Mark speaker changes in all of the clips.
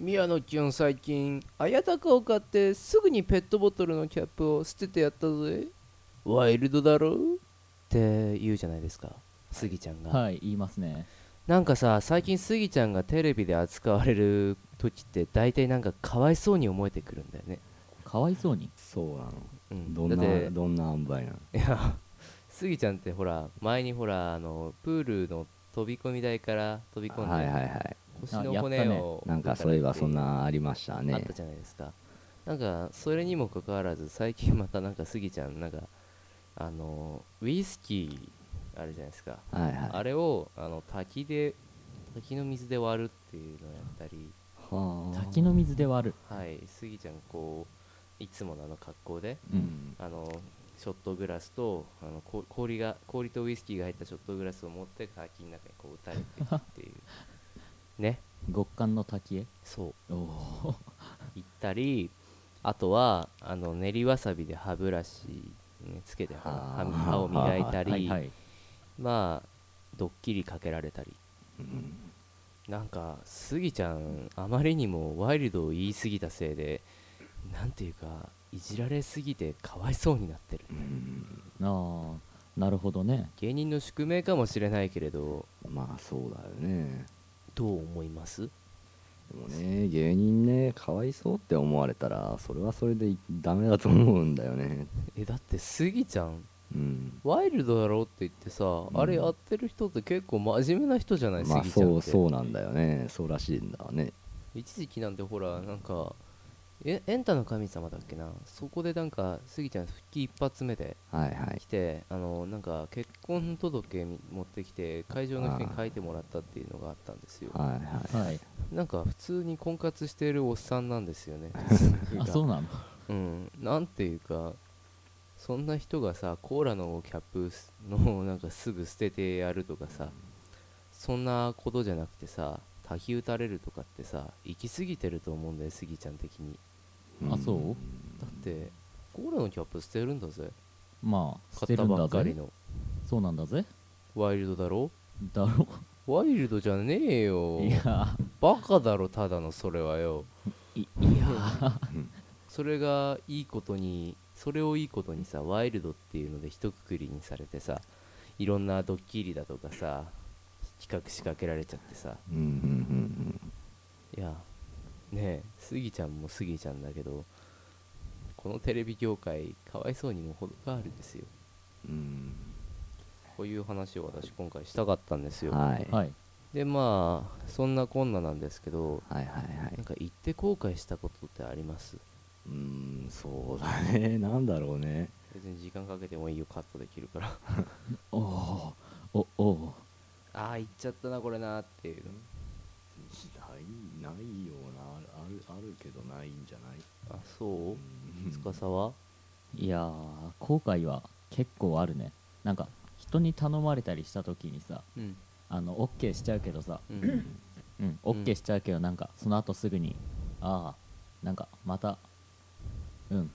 Speaker 1: 宮野きゅん最近綾鷹を買ってすぐにペットボトルのキャップを捨ててやったぜワイルドだろって言うじゃないですかスギちゃんが、
Speaker 2: はい言いますね
Speaker 1: なんかさ最近スギちゃんがテレビで扱われる時って大体なんかかわいそうに思えてくるんだよね、
Speaker 2: かわいそうに
Speaker 3: そうなの
Speaker 1: うん、
Speaker 3: どん
Speaker 1: だって
Speaker 3: などんな塩梅なの
Speaker 1: いや、スギちゃんってほら、前にほら、あのプールの飛び込み台から飛び込んで、
Speaker 3: はいはいはい
Speaker 1: 腰の骨を、
Speaker 3: なんかそういえばそんなありました
Speaker 1: あ
Speaker 3: ね
Speaker 1: ったじゃないですか。なんか、それにもかかわらず、最近またなんかスギちゃん、なんか、あの、ウイスキー、あるじゃないですか。
Speaker 3: はいはい
Speaker 1: あれを、あの、滝で、滝の水で割るっていうのをやったり、
Speaker 3: はあ
Speaker 2: 滝の水で割る
Speaker 1: はい、スギちゃん、こう、いつものあの格好で、
Speaker 2: うん
Speaker 1: あのショットグラスとあのこ氷が氷とウイスキーが入ったショットグラスを持って滝の中にこう打たれていくっていう ね
Speaker 2: 極寒の滝へ
Speaker 1: そう
Speaker 2: お お
Speaker 1: 行ったりあとはあの練りわさびで歯ブラシねつけて歯
Speaker 3: あ
Speaker 1: 歯
Speaker 3: ー
Speaker 1: 歯を磨いた
Speaker 2: は
Speaker 1: り、
Speaker 2: いはい
Speaker 1: まあドッキリかけられたり
Speaker 3: うん
Speaker 1: なんかスギちゃんあまりにもワイルドを言い過ぎたせいでなんていうかいじられすぎてかわいそうになってる
Speaker 3: うん
Speaker 2: ああなるほどね
Speaker 1: 芸人の宿命かもしれないけれど
Speaker 3: まあそうだよね
Speaker 1: どう思います
Speaker 3: でもね芸人ねかわいそうって思われたらそれはそれでダメだと思うんだよね
Speaker 1: えだってスギちゃん
Speaker 3: うん
Speaker 1: ワイルドだろって言ってさ、
Speaker 3: ん
Speaker 1: あれやってる人って結構真面目な人じゃない、
Speaker 3: まあ
Speaker 1: スギちゃん
Speaker 3: そ
Speaker 1: っ
Speaker 3: う
Speaker 1: て
Speaker 3: そうなんだよねそうらしいんだわね
Speaker 1: 一時期なんてほらなんかえエンタの神様だっけなそこでなんかスギちゃん復帰一発目で
Speaker 3: はいはい
Speaker 1: 来てあのなんか結婚届み持ってきて会場の人に書いてもらったっていうのがあったんですよ
Speaker 3: はいはい
Speaker 2: はい
Speaker 1: なんか普通に婚活しているおっさんなんですよね
Speaker 2: あそうなの
Speaker 1: うん、なんていうかそんな人がさコーラのキャップすのなんかすぐ捨ててやるとかさそんなことじゃなくてさ滝打たれるとかってさ行き過ぎてると思うんだよスギちゃん的に
Speaker 2: あそうん
Speaker 1: だってコーラのキャップ捨てるんだぜ
Speaker 2: まあ
Speaker 1: 買
Speaker 2: 捨て
Speaker 1: った
Speaker 2: るん
Speaker 1: ばっ
Speaker 2: だ
Speaker 1: かり
Speaker 2: ぜ
Speaker 1: の
Speaker 2: そうなんだぜ
Speaker 1: ワイルドだろ
Speaker 2: だろ
Speaker 1: ワイルドじゃねえよ
Speaker 2: いや
Speaker 1: バカだろただのそれはよ
Speaker 2: いいや
Speaker 1: それがいいことにそれをいいことにさワイルドっていうので一括りにされてさいろんなドッキリだとかさ企画仕掛けられちゃってさ
Speaker 3: うんうんうん
Speaker 1: いやねえスギちゃんもスギちゃんだけどこのテレビ業界かわいそうにも程があるんですよ
Speaker 3: うん
Speaker 1: こういう話を私今回したかったんです
Speaker 3: うん
Speaker 1: よ、
Speaker 3: はいはい
Speaker 2: はい
Speaker 1: でまあそんなこんななんですけど
Speaker 3: はいはい
Speaker 1: なんか言って後悔したことってあります
Speaker 3: うーんそうだね なんだろうね
Speaker 1: 別に時間かけてもいいよカットできるから
Speaker 2: おおおお
Speaker 1: ああ言っちゃったなこれなっていう
Speaker 3: ないないようなあるあるけどないんじゃない
Speaker 1: あそう
Speaker 3: うん
Speaker 1: 司は、
Speaker 2: いやー後悔は結構あるねなんか人に頼まれたりした時にさ
Speaker 1: うん
Speaker 2: あの OK しちゃうけどさ
Speaker 1: うん、
Speaker 2: うん、OK しちゃうけどなんかその後すぐにああなんかまたうん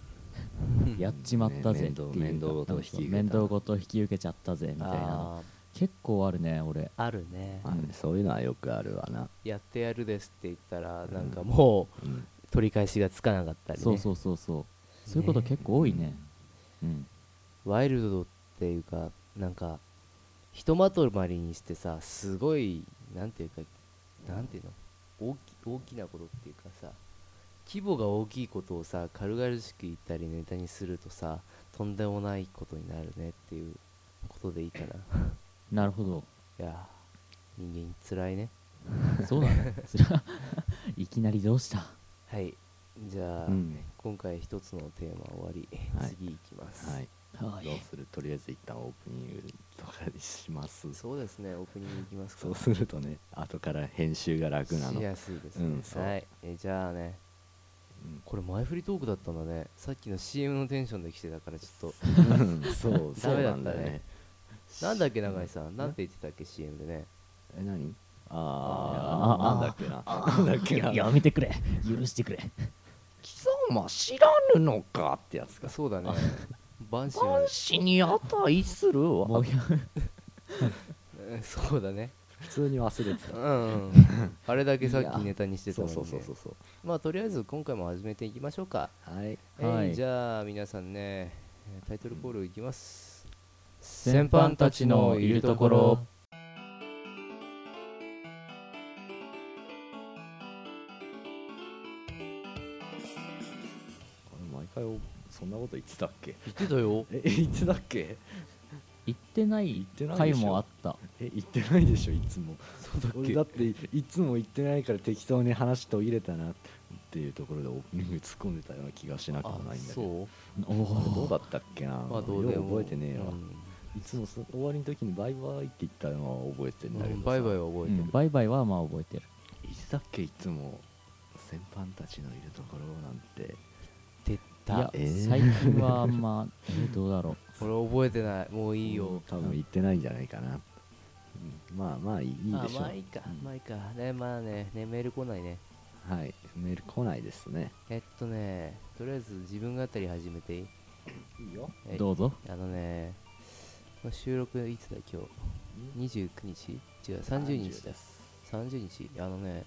Speaker 2: やっちまったぜっていうか
Speaker 3: ね面倒面倒事を引き受けた
Speaker 2: 面倒事を引き受けちゃったぜみたいな
Speaker 1: あ
Speaker 2: 結構あるね俺
Speaker 1: ああるね
Speaker 3: まあねそういうのはよくあるわな、
Speaker 1: やってやるですって言ったらなんかもう
Speaker 3: うん
Speaker 1: 取り返しがつかなかったり、ね、
Speaker 2: そうそうそうそうそういうこと結構多いねうん
Speaker 1: ワイルドっていうかなんかひとまとまりにしてさすごいなんていうかなんていうの大き大きなことっていうかさ規模が大きいことをさ軽々しく言ったりネタにするとさとんでもないことになるねっていうことでいいかな
Speaker 2: なるほど
Speaker 1: いやー人間つらいね
Speaker 2: そうだねつら いきなりどうした
Speaker 1: はいじゃあ、
Speaker 3: うん
Speaker 1: 今回一つのテーマ終わり、
Speaker 3: はい
Speaker 1: 次いきます、
Speaker 3: はい
Speaker 2: は
Speaker 3: どうするとりあえず一旦オープニングとかにしますそ
Speaker 1: そうですねオープニングいきますか
Speaker 3: うするとね後から編集が楽なの
Speaker 1: しやすいですね、
Speaker 3: うんそう
Speaker 1: はいえじゃあね
Speaker 3: うん
Speaker 1: これ前振りトークだったんだねさっきの CM のテンションで来てたからちょっ
Speaker 3: うんそう
Speaker 1: ダ
Speaker 3: そ
Speaker 1: メ
Speaker 3: う
Speaker 1: だった
Speaker 3: な
Speaker 1: ね
Speaker 3: んだよね
Speaker 1: となんだっけ永井さんなんて言ってたっけ CM でね
Speaker 3: え何あーあなんだっけななんだっけな
Speaker 2: ややめてくれ許してくれ
Speaker 3: 貴様知らぬのかってやつか
Speaker 1: そうだねバンシーは
Speaker 3: 男子に値するわ
Speaker 2: もうや
Speaker 1: そうだね
Speaker 3: 普通に忘れてた
Speaker 1: うん、 あれだけさっきネタにしてた
Speaker 3: そ
Speaker 1: の
Speaker 3: う
Speaker 1: に、ね、
Speaker 3: そうそうそうそう
Speaker 1: まあとりあえず今回も始めていきましょうか、
Speaker 3: はい
Speaker 1: えー
Speaker 2: はい
Speaker 1: じゃあ皆さんねえータイトルコールいきます
Speaker 2: 先般たちのいるところ
Speaker 3: 毎回おそんなこと言ってたっけ
Speaker 1: 言ってたよ
Speaker 3: え言ってたっけ
Speaker 2: 行ってない
Speaker 3: ってないで
Speaker 2: 回
Speaker 3: しょ
Speaker 2: もあった
Speaker 3: え言ってないでしょいつも
Speaker 1: そうだっ
Speaker 3: 俺だっていいつも言ってないから適当に話途切れたなっていうところでオープニング 突っ込んでたような気がしなくもないんだけど
Speaker 1: そ
Speaker 2: お
Speaker 3: あれどうだ
Speaker 2: お
Speaker 3: ったっけな、
Speaker 1: うまあどうで
Speaker 3: よ
Speaker 1: も
Speaker 3: う覚えてねえわ、
Speaker 1: うん
Speaker 3: いつもそ終わりの時にバイバイって言ったのは覚えてんだけどさ、
Speaker 1: バイバイは覚えてる、
Speaker 2: バイバイはまあ覚えてる
Speaker 3: いつだっけいつも先輩たちのいるところなんて
Speaker 1: 出
Speaker 2: い
Speaker 1: た
Speaker 2: や
Speaker 3: えー
Speaker 2: 最近はあん まあえーどうだろう
Speaker 1: これ覚えてないもういいよ
Speaker 3: 多分言ってないんじゃないかな、うんまあまあいい
Speaker 1: あ
Speaker 3: でしょう
Speaker 1: まあいいか、
Speaker 3: うん
Speaker 1: まあいいかねまあねねメール来ないね
Speaker 3: はいメール来ないですね
Speaker 1: えっとねとりあえず自分語り始めていい
Speaker 3: いいよ
Speaker 1: えい
Speaker 2: どうぞ
Speaker 1: あのねこの収録いつだ今日29日違う30日だ
Speaker 3: す
Speaker 1: 30日あのね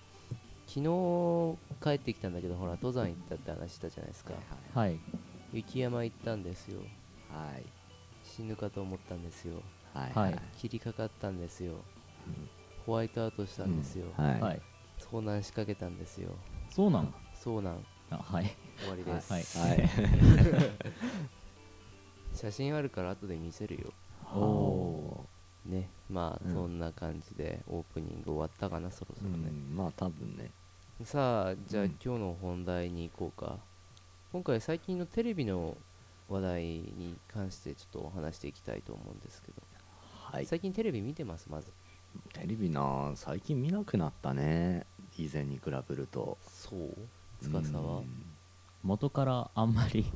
Speaker 1: 昨日帰ってきたんだけどほら登山行ったって話したじゃないですか
Speaker 3: はい
Speaker 2: はい
Speaker 1: 雪山行ったんですよ
Speaker 3: はい
Speaker 1: 死ぬかと思ったんですよ
Speaker 3: はい
Speaker 2: はい
Speaker 1: 切りかかったんですよホワイトアウトしたんですよ、
Speaker 3: うんはい、
Speaker 2: はい
Speaker 1: 遭難しかけたんですよ
Speaker 2: そうなの
Speaker 1: 遭難
Speaker 2: あはい
Speaker 1: 終わりです、
Speaker 2: はい
Speaker 3: はい
Speaker 1: 写真あるから後で見せるよ
Speaker 2: おお
Speaker 1: ねまあ、
Speaker 3: うん
Speaker 1: そんな感じでオープニング終わったかなそろそろね、
Speaker 3: うんまあ多分ね
Speaker 1: さあじゃあ、
Speaker 3: うん
Speaker 1: 今日の本題に行こうか今回最近のテレビの話題に関してちょっとお話していきたいと思うんですけど、
Speaker 3: はいテ
Speaker 1: 最近テレビ見てますまず
Speaker 3: レビな最近見なくなったね以前に比べると
Speaker 1: そう司は
Speaker 3: う、ん
Speaker 2: 元からあんま り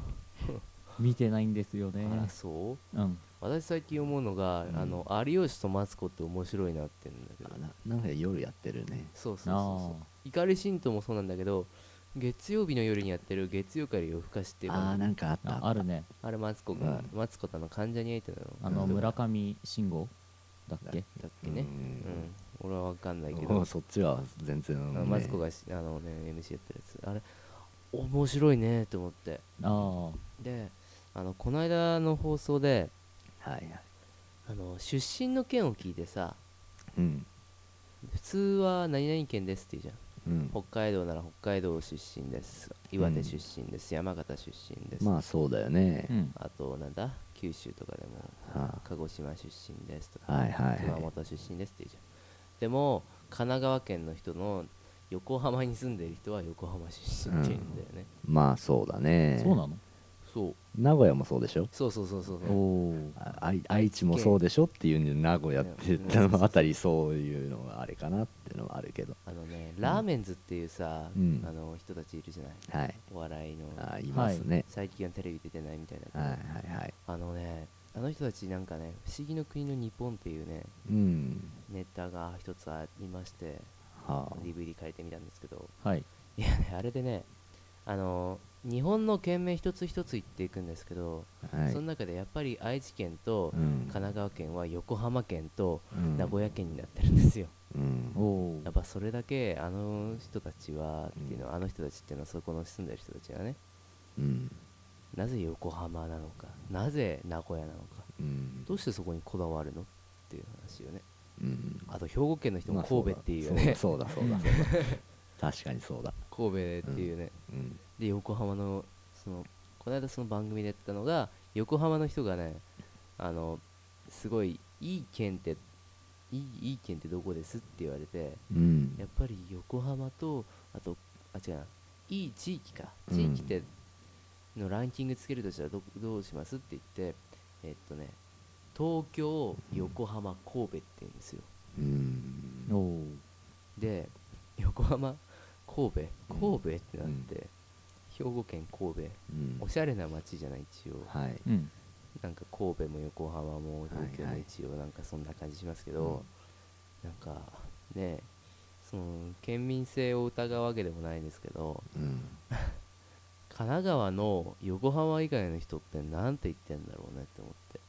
Speaker 2: 見てないんですよね
Speaker 1: あらそう
Speaker 2: うん
Speaker 1: 私最近思うのが、
Speaker 3: うん
Speaker 1: あの有吉とマツコって面白いなってんだけど
Speaker 3: あななんか夜やってるね
Speaker 1: そうそうそう
Speaker 2: あ
Speaker 1: そう怒り神道もそうなんだけど月曜日の夜にやってる月曜から夜更かしっていう
Speaker 3: ああ
Speaker 1: 番
Speaker 3: ー
Speaker 1: 組
Speaker 3: なんかあっ
Speaker 2: ー
Speaker 3: た
Speaker 2: ああるね
Speaker 1: あれマツコが、
Speaker 3: うん
Speaker 1: マツコとあの関ジャニエイトの
Speaker 2: あの
Speaker 3: うん
Speaker 2: 村上信五だっけ
Speaker 1: だっけね
Speaker 3: うん
Speaker 1: うん、俺は分かんないけ
Speaker 3: も
Speaker 1: ど
Speaker 3: うそっちは全然、
Speaker 1: あ
Speaker 3: ね
Speaker 1: のマツコがしあの、ね、MC やってるやつあれ面白いねと思って
Speaker 2: あ
Speaker 1: であのこの間の放送で
Speaker 3: はいはい
Speaker 1: あの出身の県を聞いてさ
Speaker 3: うん
Speaker 1: 普通は何々県ですって言うじゃん
Speaker 3: うん
Speaker 1: 北海道なら北海道出身です岩手出身です、山形出身です、
Speaker 3: まあそうだよね
Speaker 2: あ、うん
Speaker 1: あとなんだ九州とかでも
Speaker 3: は
Speaker 1: 鹿児島出身ですとか、
Speaker 3: はいはい
Speaker 1: 熊
Speaker 3: は
Speaker 1: 本出身ですって言うじゃんでも神奈川県の人の横浜に住んでる人は横浜出身って言うんだよね、
Speaker 3: いまあそうだね
Speaker 2: そうなの
Speaker 1: そう
Speaker 3: 名古屋もそうでしょ
Speaker 1: そうそうそうそうそう
Speaker 2: お
Speaker 3: あ愛愛知もそうでしょっていうんで名古屋って言ったのあたりそういうのがあれかなっていうのはあるけど
Speaker 1: あのねラーメンズっていうさ、
Speaker 3: うん
Speaker 1: あの人たちいるじゃない
Speaker 3: はい
Speaker 1: お笑いの
Speaker 3: あいますね、
Speaker 1: 最近はテレビ出てないみたいな、
Speaker 3: はい、はいはい
Speaker 1: あのねあの人たちなんかね「不思議の国の日本」っていうね
Speaker 3: うん
Speaker 1: ネタが一つありまして
Speaker 3: は
Speaker 1: DVD 借りてみたんですけど
Speaker 2: はい
Speaker 1: いやねあれでねあの日本の県名一つ一つ言っていくんですけど、
Speaker 3: あはい
Speaker 1: その中でやっぱり愛知県と
Speaker 3: うん
Speaker 1: 神奈川県は横浜県と
Speaker 3: うん
Speaker 1: 名古屋県になってるんですよ、
Speaker 3: うん
Speaker 2: おお
Speaker 1: やっぱそれだけあの人たちはっていうのは、あの人たちっていうのはそこの住んでる人たちがね
Speaker 3: うん
Speaker 1: なぜ横浜なのかなぜ名古屋なのか
Speaker 3: うん
Speaker 1: どうしてそこにこだわるのっていう話よね
Speaker 3: うん
Speaker 1: あと兵庫県の人も
Speaker 3: まあそう
Speaker 1: 神
Speaker 3: だ
Speaker 1: 戸っていうよね、
Speaker 3: そうだそうだそうだそうだ確かにそうだ
Speaker 1: 神戸っていうね、
Speaker 3: うん
Speaker 1: で横浜のそのこの間その番組でやってたのが横浜の人がねあのすごいいい県っていいいい県ってどこですって言われて
Speaker 3: うん
Speaker 1: やっぱり横浜とあとあ違うないい地域か
Speaker 3: うん
Speaker 1: 地域ってのランキングつけるとしたらどどうしますって言ってえっとね東京横浜神戸って言うんですよ
Speaker 3: うん
Speaker 2: おお
Speaker 1: で横浜神戸
Speaker 3: うん
Speaker 1: 神戸ってなって、兵庫県神戸
Speaker 3: うん
Speaker 1: おしゃれな街じゃない一応、
Speaker 3: はい
Speaker 2: うん
Speaker 1: なんか神戸も横浜も東京
Speaker 3: は
Speaker 1: も
Speaker 3: いはい
Speaker 1: 一応なんかそんな感じしますけど、なんかねその県民性を疑うわけでもないですけど
Speaker 3: うん
Speaker 1: 神奈川の横浜以外の人ってなんて言ってんだろうねって思って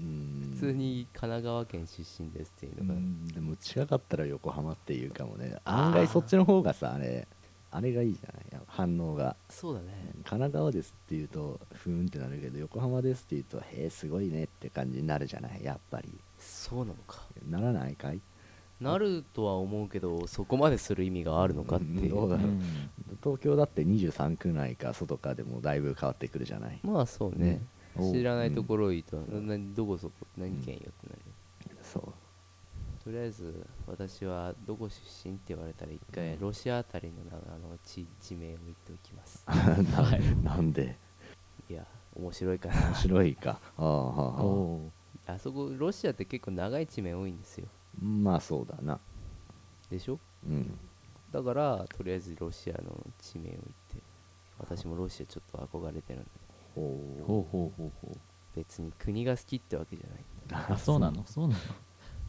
Speaker 3: うん
Speaker 1: 普通に神奈川県出身ですっていううのが、
Speaker 2: ん
Speaker 3: でも近かったら横浜っていうかもね
Speaker 1: あー
Speaker 3: 案外そっちの方がさあれあれがいいじゃないや反応が
Speaker 1: そうだね
Speaker 3: 神奈川ですって言うとふーんってなるけど横浜ですって言うとへえすごいねって感じになるじゃないやっぱり
Speaker 1: そうなのか
Speaker 3: ならないかい
Speaker 1: なるとは思うけどそこまでする意味があるのかっていう、
Speaker 3: うんどうだろう
Speaker 2: うん
Speaker 3: 東京だって23区内か外かでもだいぶ変わってくるじゃない
Speaker 1: まあそうね
Speaker 3: ね
Speaker 1: 知らないところいいと、
Speaker 3: うん
Speaker 1: ななどこそこ何県よってなる、
Speaker 3: そう
Speaker 1: とりあえず私はどこ出身って言われたら一回ロシアあたりのなあの地地名を言っておきます
Speaker 3: ななんで
Speaker 1: いや面白いか
Speaker 3: 面
Speaker 1: な
Speaker 3: 白いかああはあはあ
Speaker 2: おう
Speaker 1: あそこロシアって結構長い地名多いんですよ
Speaker 3: まあそうだな
Speaker 1: でしょ
Speaker 3: うん
Speaker 1: だからとりあえずロシアの地名を言って私もロシアちょっと憧れてるんで
Speaker 3: ほ
Speaker 2: ほうほうほうほう
Speaker 1: 別に国が好きってわけじゃない
Speaker 2: あそ うなのそうなの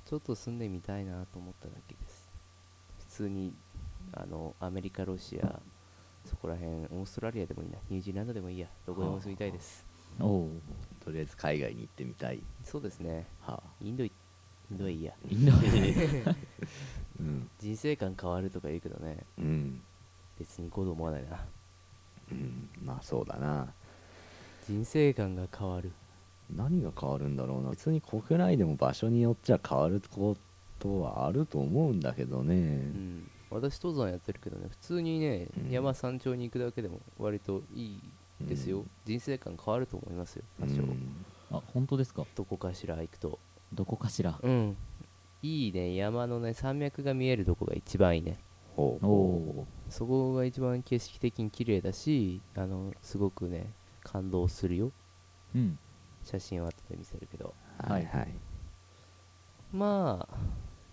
Speaker 1: ちょっと住んでみたいなと思っただけです普通にあのアメリカロシアそこら辺オーストラリアでもいいなニュージーランドでもいいやどこでも住みたいです
Speaker 2: おう
Speaker 3: う とりあえず海外に行ってみたい
Speaker 1: そうですね
Speaker 3: はあ
Speaker 1: インドいインドはいいや
Speaker 2: インド
Speaker 3: うん
Speaker 1: 人生観変わるとか言うけどね
Speaker 3: うん
Speaker 1: 別に行こうと思わないな
Speaker 3: うんまあそうだな
Speaker 1: 人生観が変わる
Speaker 3: 何が変わるんだろうな別に国内でも場所によっちゃ変わることはあると思うんだけどね、
Speaker 1: うん私登山やってるけどね普通にね、
Speaker 3: うん
Speaker 1: 山山頂に行くだけでも割といいですよ、
Speaker 3: うん
Speaker 1: 人生観変わると思いますよ多少、
Speaker 3: うん
Speaker 2: あ本当ですか
Speaker 1: どこかしら行くと
Speaker 2: どこかしら
Speaker 1: うんいいね山のね山脈が見えるとこが一番いいね
Speaker 3: ほう
Speaker 2: おお
Speaker 1: そこが一番景色的に綺麗だしあのすごくね感動するよ
Speaker 2: ううん
Speaker 1: 写真は後で見せるけど
Speaker 3: はいはい
Speaker 1: まあ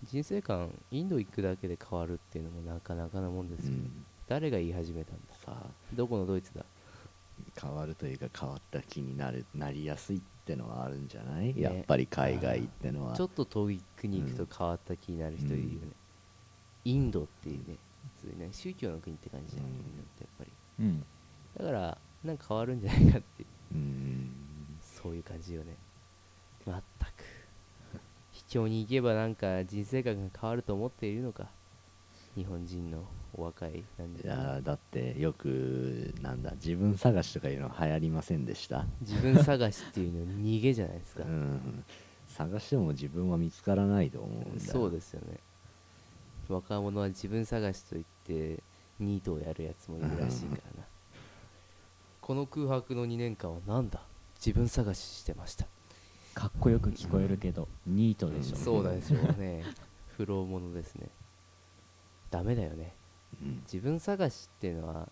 Speaker 1: 人生観インド行くだけで変わるっていうのもなかなかなもんです
Speaker 3: う
Speaker 1: よ、
Speaker 3: ん
Speaker 1: 誰が言い始めたんだ
Speaker 3: さあ
Speaker 1: どこのドイツだ
Speaker 3: 変わるというか変わった気になるなりやすいってのはあるんじゃない、
Speaker 1: ね
Speaker 3: やっぱり海外ってのは
Speaker 1: ちょっと遠い国行くと変わった気になる人いるよね、インドっていうね普通にね宗教の国って感じじゃん、
Speaker 3: うん
Speaker 1: インドってやっぱり
Speaker 2: うん
Speaker 1: だからなんか変わるんじゃないかって
Speaker 3: うん
Speaker 1: そういう感じよねまったく秘境に行けばなんか人生観が変わると思っているのか日本人のお若いなんで
Speaker 3: いやーだってよくなんだ自分探しとかいうの流行りませんでした
Speaker 1: 自分探しっていうの逃げじゃないです
Speaker 3: う
Speaker 1: か、
Speaker 3: ん探しても自分は見つからないと思うんだよ
Speaker 1: そうですよね若者は自分探しといってニートをやるやつもいるらしいからなこの空白の2年間は何だ自分探ししてました
Speaker 2: かっこよく聞こえるけどニートでしょ
Speaker 1: そうなんでしょうね 不老者ですねダメだよね
Speaker 3: うん
Speaker 1: 自分探しっていうのは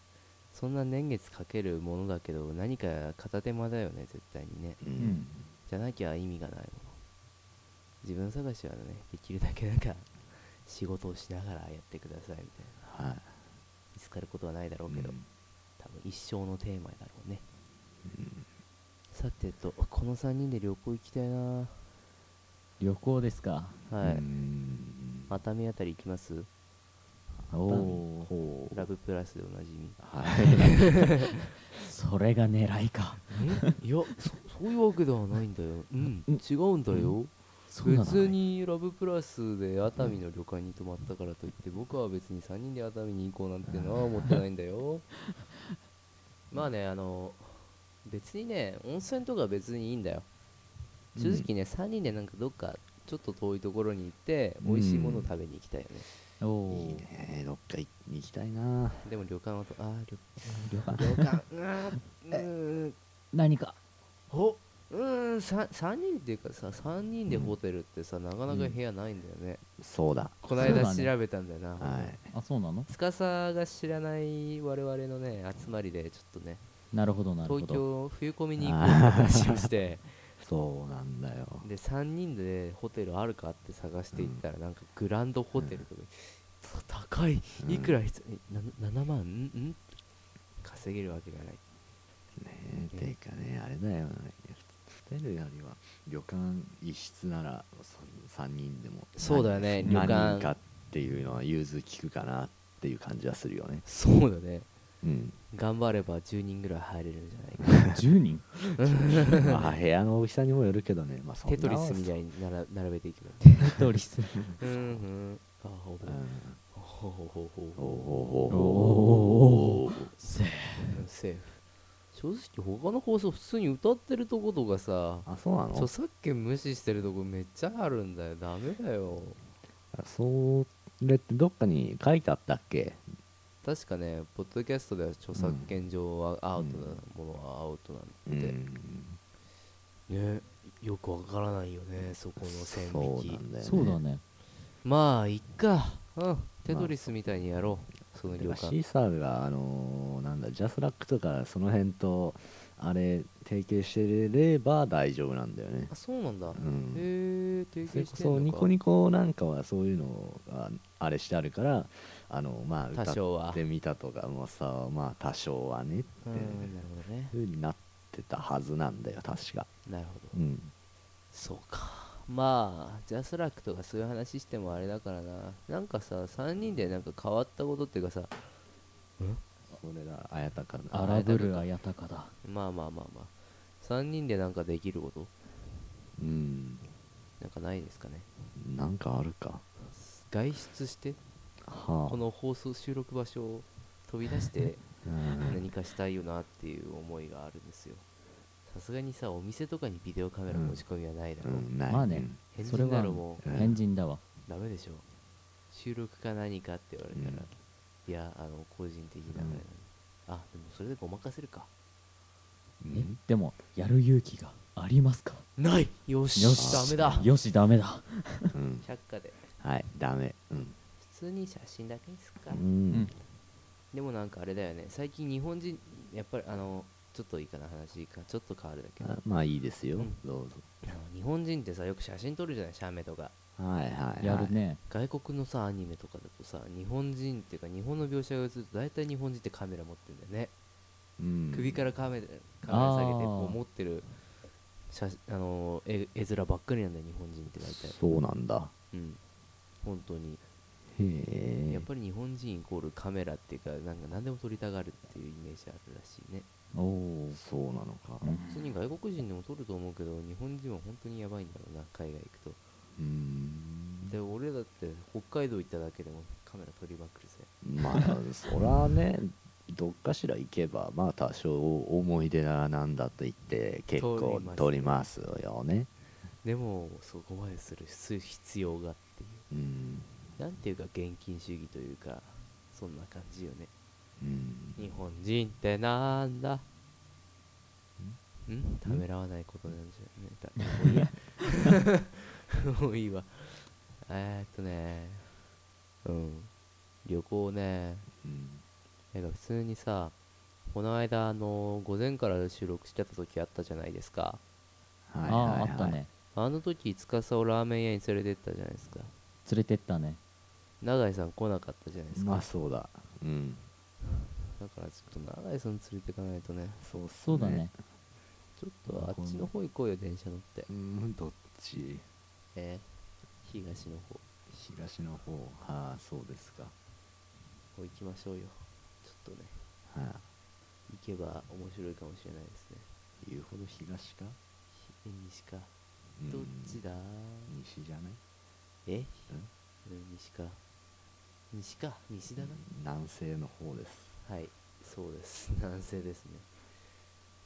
Speaker 1: そんな年月かけるものだけど何か片手間だよね絶対にね
Speaker 3: う
Speaker 2: うん
Speaker 3: ん
Speaker 1: じゃなきゃ意味がないもの自分探しはねできるだけなんか 仕事をしながらやってくださいみたいな
Speaker 3: はい
Speaker 1: 見つかることはないだろうけど、
Speaker 3: うん
Speaker 1: 多分一生のテーマだろうね
Speaker 3: うん
Speaker 1: さてとこの3人で旅行行きたいな
Speaker 2: 旅行ですか
Speaker 1: はい、
Speaker 3: うん
Speaker 1: 熱海あたり行きます
Speaker 2: おお
Speaker 3: ほう
Speaker 1: ラブプラスでおなじみ
Speaker 3: はい
Speaker 2: それが狙いか
Speaker 1: えいやそそういうわけではないんだようん
Speaker 2: うん
Speaker 1: 違うんだよ、
Speaker 2: そうなの
Speaker 1: 普通にラブプラスで熱海の旅館に泊まったからといって僕は別に3人で熱海に行こうなんてのは思ってないんだ よまあねあの別にね温泉とか別にいいんだよ正直ね、3人でなんかどっかちょっと遠いところに行って美味しいものを食べに行きたいよね、
Speaker 2: お
Speaker 3: いい
Speaker 2: お
Speaker 3: ねどっか行きたいな
Speaker 1: でも旅館はとあー旅
Speaker 2: 旅 館
Speaker 1: 旅館う ーんうーん
Speaker 2: 何か
Speaker 1: ほうーん 3, 三人っていうかさ3人でホテルってさ、なかなか部屋ないんだよね、
Speaker 3: そうだ
Speaker 1: こないだ
Speaker 2: そうだね
Speaker 1: 調べたんだよな、
Speaker 3: はい
Speaker 2: あそうなの
Speaker 1: 司が知らない我々のね集まりでちょっとね
Speaker 2: なるほどなるほ
Speaker 1: 東京
Speaker 2: ど
Speaker 1: 冬コミに行こうって話をして
Speaker 3: そうなんだよ
Speaker 1: で3人でホテルあるかって探していったらなんかグランドホテルとか、た高い
Speaker 3: うん
Speaker 1: いくら必要、な7万んん稼げるわけがないね
Speaker 3: ねえていうかねあれだよねホテルよりは旅館一室ならそ3人でも
Speaker 1: そうだよね
Speaker 3: 何
Speaker 1: 旅館
Speaker 3: 何人かっていうのは融通きくかなっていう感じはするよね
Speaker 1: そうだね
Speaker 3: うん
Speaker 1: 頑張れば10人ぐらい入れるんじゃないか
Speaker 2: 10人
Speaker 3: まあ部屋の大きさにもよるけどね、まあ、そんな
Speaker 1: テトリスみたいになら並べていくのって
Speaker 2: テトリス
Speaker 1: うんうんあほ
Speaker 3: う
Speaker 1: ぼ
Speaker 3: ん
Speaker 1: ほほほ
Speaker 3: お
Speaker 1: ほ
Speaker 3: おー
Speaker 2: せー
Speaker 1: セーフ正直他の放送普通に歌ってるとことかさ
Speaker 3: あそうなの
Speaker 1: 著作権無視してるとこめっちゃあるんだよダメだよ
Speaker 3: それってどっかに書いてあったっけ
Speaker 1: 確かねポッドキャストでは著作権上はアウトなものはアウトなんて、ねよくわからないよねそこの線
Speaker 3: そ
Speaker 1: 引
Speaker 3: うな
Speaker 1: き
Speaker 3: んだよね
Speaker 2: そうだね
Speaker 1: まあいっかうんテトリスみたいにやろうその
Speaker 3: て
Speaker 1: 業
Speaker 3: かシ
Speaker 1: 界
Speaker 3: ーサーがあのーなんだジャスラックとかその辺とあれ提携してれば大丈夫なんだよね
Speaker 1: あそうなんだ、
Speaker 3: ん
Speaker 1: へえ提
Speaker 3: そ
Speaker 1: 携
Speaker 3: れこ
Speaker 1: してんの
Speaker 3: そ
Speaker 1: か
Speaker 3: ニコニコなんかはそういうのがあれしてあるからあのまあ
Speaker 1: 多
Speaker 3: 歌っ
Speaker 1: 少は
Speaker 3: てみたとかもさまあ多少はねって
Speaker 1: うんなるほどね
Speaker 3: ふうになってたはずなんだよ確か
Speaker 1: なるほど
Speaker 3: うん
Speaker 1: そうかまあジャスラックとかそういう話してもあれだからななんかさ3人でなんか変わったことっていうかさ
Speaker 3: それだ綾鷹の
Speaker 2: 荒ぶる綾鷹だ
Speaker 1: まあまあまあまあ3人でなんかできること
Speaker 3: うん
Speaker 1: なんかないですかね
Speaker 3: なんかあるか
Speaker 1: 外出して
Speaker 3: はあ
Speaker 1: この放送収録場所を飛び出して
Speaker 3: うん
Speaker 1: 何かしたいよなっていう思いがあるんですよさすがにさお店とかにビデオカメラ持ち込みはないだ
Speaker 3: う
Speaker 1: ろう、
Speaker 3: んない
Speaker 2: まあね
Speaker 3: うん
Speaker 1: 変
Speaker 2: それ
Speaker 1: 人だ
Speaker 2: は
Speaker 1: ろもう
Speaker 3: うん
Speaker 2: 変人だわ
Speaker 1: ダメでしょ収録か何かって言われたら、いやあの個人的なあれなんで、あでもそれでごまかせるか
Speaker 3: うん
Speaker 2: えでもやる勇気がありますか
Speaker 1: ないよし
Speaker 2: よ
Speaker 3: し
Speaker 1: ダメだ
Speaker 2: よしダメだ
Speaker 3: うん
Speaker 1: 百科で
Speaker 3: はいダメうん
Speaker 1: 普通に写真だけにすっか、
Speaker 3: うん
Speaker 1: でもなんかあれだよね最近日本人やっぱりあのちょっといいかな話かちょっと変わるだけど
Speaker 3: あまあいいですよ
Speaker 1: うん
Speaker 3: どうぞ
Speaker 1: あの日本人ってさよく写真撮るじゃない写メとか
Speaker 3: はいはい
Speaker 2: や
Speaker 3: はい
Speaker 2: るね
Speaker 1: 外国のさアニメとかだとさ日本人っていうか日本の描写が映ると大体日本人ってカメラ持ってるんだよね、
Speaker 3: うん
Speaker 1: 首からカメラカメラ下げてこう持ってる写あの絵絵面ばっかりなんだよ日本人って大体
Speaker 3: そうなんだ
Speaker 1: うん本当に
Speaker 3: へえ
Speaker 1: やっぱり日本人イコールカメラっていうかなんか何でも撮りたがるっていうイメージあるらしいね
Speaker 2: おお
Speaker 3: そうなのか
Speaker 2: うん
Speaker 1: 普通に外国人でも撮ると思うけど日本人は本当にやばいんだろうな海外行くと
Speaker 3: うん
Speaker 1: で俺だって北海道行っただけでもカメラ撮りまくるぜ
Speaker 3: まあそらねどっかしら行けばまあ多少思い出だなんだと言って結構
Speaker 1: 撮
Speaker 3: 撮
Speaker 1: り
Speaker 3: り
Speaker 1: ま
Speaker 3: ますよね
Speaker 1: でもそこまでする必必要がってい
Speaker 3: うん
Speaker 1: うなんていうか現金主義というかそんな感じよね
Speaker 3: うん
Speaker 1: 日本人ってなんだんためらわないことなんじゃねえだもういいわえーっとねうん旅行ね
Speaker 3: うん
Speaker 1: なんか普通にさこの間あの午前から収録してた時あったじゃないですか
Speaker 3: は
Speaker 2: あ
Speaker 3: いはい
Speaker 2: あ
Speaker 3: は
Speaker 2: あ
Speaker 3: い
Speaker 2: ったね
Speaker 1: あの時司をラーメン屋に連れてったじゃないですか
Speaker 2: 連れてったね
Speaker 1: 永井さん来なかったじゃないですか、
Speaker 3: まあそうだうん
Speaker 1: だからちょっと永井さん連れてかないとね
Speaker 3: そうっす
Speaker 2: そうだね
Speaker 1: ちょっとあっちの方行こうよ電車乗って
Speaker 3: うんどっち
Speaker 1: えー東の方
Speaker 3: 東の方はあそうですか
Speaker 1: こう行きましょうよちょっとね
Speaker 3: はあ
Speaker 1: 行けば面白いかもしれないですね
Speaker 3: 言うほど東か
Speaker 1: ひ西か
Speaker 3: うん
Speaker 1: どっちだ
Speaker 3: 西じゃない
Speaker 1: え
Speaker 3: うん
Speaker 1: うん西か西か西だな
Speaker 3: 南西の方です
Speaker 1: はいそうです 南西ですね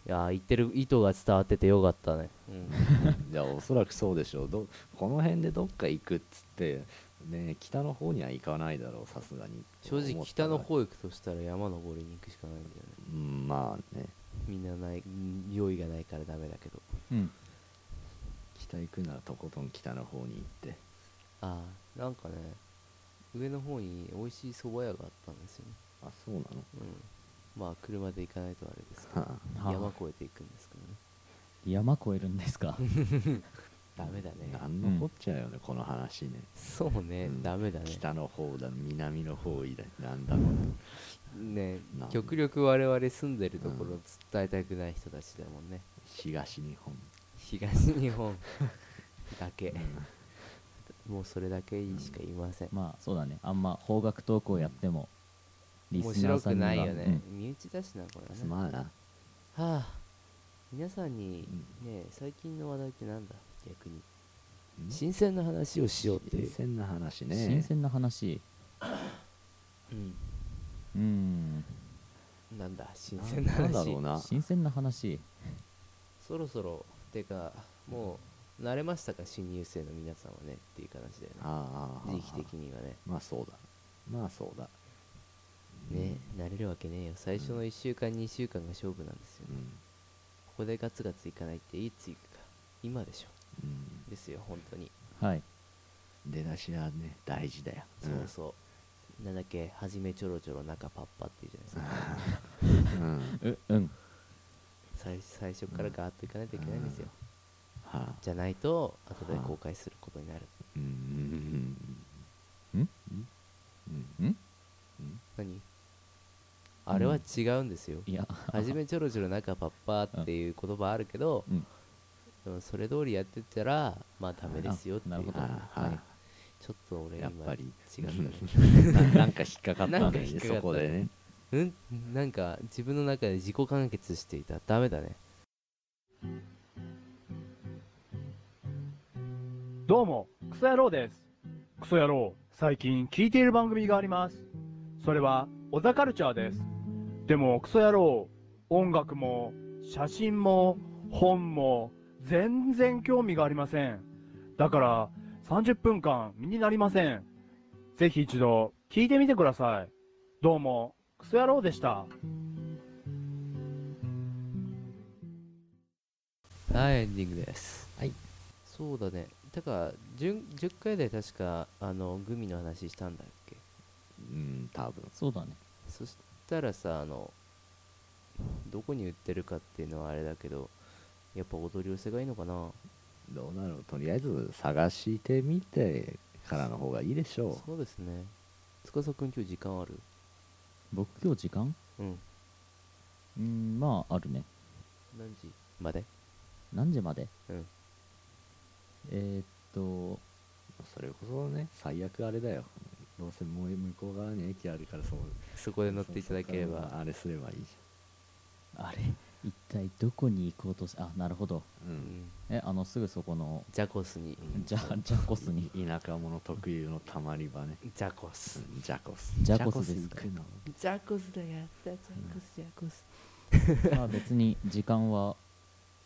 Speaker 1: いやー言ってる意図が伝わっててよかったねうん
Speaker 3: いやおそらくそうでしょうどこの辺でどっか行くっつってね北の方には行かないだろうさすがに
Speaker 1: 正直北の
Speaker 3: う
Speaker 1: 方行くとしたら山登りに行くしかないんだよね
Speaker 3: んまあね
Speaker 1: みんなないん用意がないからダメだけど
Speaker 2: うん
Speaker 3: 北行くならとことん北の方に行って
Speaker 1: ああなんかね上の方に美味しい蕎麦屋があったんですよね
Speaker 3: あそうなの
Speaker 1: うんまあ車で行かないとあれですけど
Speaker 3: は あ
Speaker 2: はあ
Speaker 1: 山越えていくんですけどね
Speaker 2: 山越えるんですか
Speaker 1: ダメだね
Speaker 3: なんのこっちゃよね、この話ね
Speaker 1: そうね、
Speaker 3: うん
Speaker 1: ダメだね
Speaker 3: 北の方だ南の方いだなんだろう
Speaker 1: ね
Speaker 3: なん
Speaker 1: 極力我々住んでるところを伝えたくない人たちだもんね
Speaker 3: 東日本
Speaker 1: 東日本だけもうそれだけしか言いません、
Speaker 2: まあそうだねあんま方角投稿やってもリ
Speaker 1: 面
Speaker 2: スナー
Speaker 1: 白
Speaker 2: さ
Speaker 1: く
Speaker 2: んには
Speaker 1: ないよね、
Speaker 2: うん
Speaker 1: 身内だしなこれ
Speaker 3: つ
Speaker 1: ねは
Speaker 3: まんな
Speaker 1: あ皆さんに
Speaker 3: う
Speaker 1: ね最近の話題ってなんだ逆に
Speaker 3: ん
Speaker 1: 新鮮な話をしようってい
Speaker 3: 新
Speaker 1: う、
Speaker 3: 鮮な話ね
Speaker 2: 新鮮な話
Speaker 1: うん、
Speaker 2: うん
Speaker 1: なんだ新鮮な話
Speaker 3: んだろうな
Speaker 2: 新鮮な話
Speaker 1: そろそろてかもう慣れましたか新入生の皆さんはねっていう話だよね
Speaker 3: ああ
Speaker 1: 時期的にはね
Speaker 3: まあそうだまあそうだ
Speaker 1: ね慣れるわけねえよ最初の1週間2週間が勝負なんですよ、
Speaker 3: うん
Speaker 1: ここでガツガツいかないっていついくか今でしょ
Speaker 3: うん
Speaker 1: ですよ本当に、
Speaker 2: はい
Speaker 3: 出だしはね大事だよ
Speaker 1: そうそうなんだっけ初めちょろちょろ中パッパっていうじゃないですか
Speaker 3: うん、うん
Speaker 2: ううん
Speaker 1: 最最初からガーッといかないといけないんですよ、
Speaker 3: はあ
Speaker 1: じゃないと後で後悔することになる、
Speaker 3: うんうん
Speaker 2: ん
Speaker 3: うん
Speaker 2: ん
Speaker 3: うん
Speaker 1: 何あれは違うんですよ、
Speaker 2: いや
Speaker 1: 初めちょろちょろ中パッパーっていう言葉あるけど、
Speaker 2: うん
Speaker 1: でもそれ通りやってったらまあダメですよってい
Speaker 2: あなる
Speaker 1: う
Speaker 2: ほど
Speaker 3: ああはい
Speaker 1: ちょっと俺
Speaker 3: や
Speaker 1: 今
Speaker 3: っぱり
Speaker 1: 違ったね
Speaker 3: な なんか引っかかった
Speaker 1: なん
Speaker 3: んだ
Speaker 1: か
Speaker 3: よ
Speaker 1: 引っ
Speaker 3: ね
Speaker 1: かかった
Speaker 3: そこでね
Speaker 1: うんなんか自分の中で自己完結していたダメだね
Speaker 4: どうも、クソ野郎です。クソ野郎、最近聞いている番組があります。それは、オザカルチャーです。でも、クソ野郎、音楽も、写真も、本も、全然興味がありません。だから、30分間、身になりません。ぜひ一度、聞いてみてください。どうも、クソ野郎でした。
Speaker 1: はいエンディングです
Speaker 3: はい
Speaker 1: そうだねだから 10, 10回で確かあのグミの話したんだっけ
Speaker 3: うん多分
Speaker 2: そうだね
Speaker 1: そしたらさあのどこに売ってるかっていうのはあれだけどやっぱ踊り寄せがいいのかな
Speaker 3: どうなのとりあえず探してみてからの方がいいでしょ
Speaker 1: そうですね司くん今日時間ある
Speaker 2: 僕今日時間
Speaker 1: うん
Speaker 2: うんまああるね
Speaker 1: 何時まで
Speaker 2: 何時まで
Speaker 1: うん
Speaker 2: えーっと
Speaker 3: うそれこそね最悪あれだよどうせもう向こう側に駅あるからそう
Speaker 1: そこで乗っていただけれ
Speaker 3: そうそう
Speaker 1: ば
Speaker 3: あれすればいいじ
Speaker 2: あれ一体どこに行こうとしあなるほど
Speaker 3: ゃん、う
Speaker 1: うんん
Speaker 2: えあのすぐそこの
Speaker 1: ジャコスに
Speaker 2: ジャジャコス に
Speaker 3: 田舎者特有のたまり場ね、
Speaker 1: ジャコス
Speaker 3: うんジャコス
Speaker 2: ジャコスです
Speaker 3: ジャコ行くの
Speaker 1: ジャコスだやったジャコスジャコス
Speaker 2: まあ別に時間は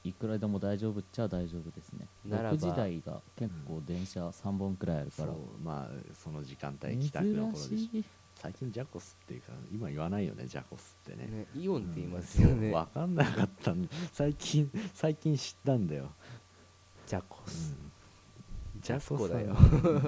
Speaker 2: いくらでも大丈夫っちゃ大丈夫ですね
Speaker 1: ならば
Speaker 2: 6時台が結構電車3本くらいある
Speaker 3: そ
Speaker 2: から
Speaker 3: うまあその時間帯帰宅
Speaker 2: 珍
Speaker 3: の頃で
Speaker 2: し
Speaker 3: しょ
Speaker 2: い
Speaker 3: 最近ジャコスっていうか今言わないよねジャコスってね
Speaker 1: ねイオンって言いますよね
Speaker 3: 分かんなかったん最近最近知ったんだよ、
Speaker 1: ジャコスジ
Speaker 3: ジ
Speaker 1: ャスコだよ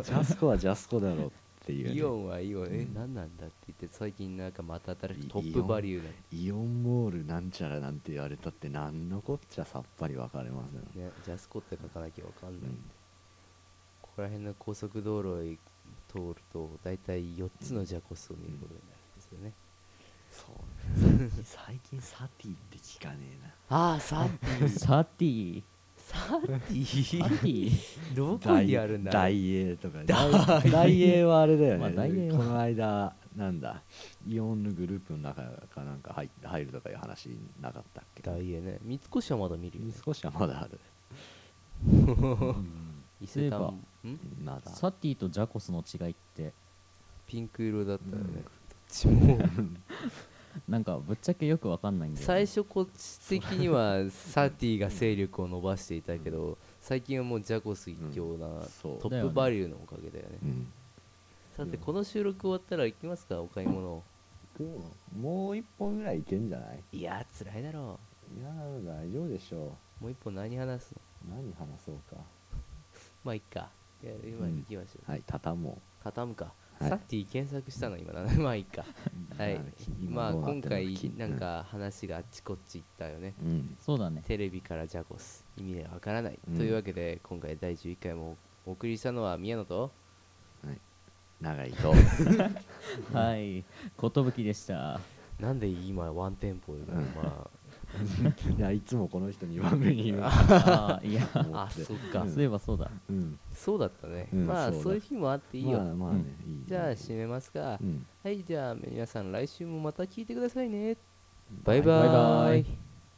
Speaker 3: ジャスコはジャスコだろっていうね、
Speaker 1: イオンはイオンえ
Speaker 3: うん
Speaker 1: 何なんだって言って最近なんかまた新し
Speaker 3: イ
Speaker 1: くトップバリューだ
Speaker 3: イオンモールなんちゃらなんて言われたって何のこっちゃさっぱり分かれません、
Speaker 1: ね、ジャスコって書かなきゃわかんないんで、
Speaker 3: うん
Speaker 1: ここら辺の高速道路を通ると大体4つのジャコスを見ることになるんですよね、
Speaker 3: そう 最近最近サティって聞かねえな
Speaker 1: ああサ
Speaker 2: サティ
Speaker 1: サティ
Speaker 2: サテ ィ
Speaker 1: どこにあるんだ
Speaker 3: ダ
Speaker 1: ろう
Speaker 3: イエーとか大大英はあれだよね、
Speaker 2: まあダイエーは
Speaker 3: この間なんだイオンのグループの中かなんか入入るとかいう話なかったっけ
Speaker 1: ダイエーね三越はまだ見るよね
Speaker 3: 少しはまだあ る
Speaker 1: 伊勢丹
Speaker 2: そ
Speaker 1: ん
Speaker 3: まだ
Speaker 2: サティとジャコスの違いって
Speaker 1: ピンク色だったよね、
Speaker 3: う
Speaker 1: ど
Speaker 3: ん
Speaker 1: っちも
Speaker 2: なんかぶっちゃけよくわかんないんだよね、
Speaker 1: 最初こっち的にはサティが勢力を伸ばしていたけど最近はもうジャコス一強な
Speaker 3: うんそう
Speaker 1: トップバリューのおかげだよね
Speaker 3: うん
Speaker 1: さてこの収録終わったら行きますかお買い物を
Speaker 3: もう一本ぐらいいけんじゃない
Speaker 1: いやー辛いだろ
Speaker 3: いやー大丈夫でしょ
Speaker 1: うもう一本何話すの
Speaker 3: う何話そうか
Speaker 1: まあいっかいや今
Speaker 3: うん
Speaker 1: 行きましょう、
Speaker 3: はい畳も
Speaker 1: 畳むか、
Speaker 3: はい
Speaker 1: さっき検索したの今だな まあいいか
Speaker 3: う
Speaker 1: はいまあ
Speaker 3: どうな
Speaker 1: 今
Speaker 3: ってるの
Speaker 1: 回
Speaker 3: 気
Speaker 1: なんか話があっちこっち行ったよね、
Speaker 3: うん
Speaker 2: そうだね
Speaker 1: テレビからジャコス意味がわからない、
Speaker 3: うん
Speaker 1: というわけで今回第11回もお送りしたのは宮野と
Speaker 3: はい長いと
Speaker 2: はい寿でした
Speaker 1: なんで今ワンテンポで、まあ
Speaker 3: いやいつもこの人2番目 に言うな
Speaker 2: あーいや
Speaker 3: と思
Speaker 1: あ
Speaker 3: って
Speaker 1: そっか、
Speaker 2: そういえばそうだ
Speaker 3: うん
Speaker 1: そうだったね、
Speaker 3: うん
Speaker 1: まあ
Speaker 3: そうだ
Speaker 1: そういう日もあっていいよ、
Speaker 3: まあまあね、いい
Speaker 1: じゃあ締めますか、
Speaker 3: うん
Speaker 1: はいじゃあ皆さん来週もまた聞いてくださいねバイバーイ
Speaker 2: バイバーイ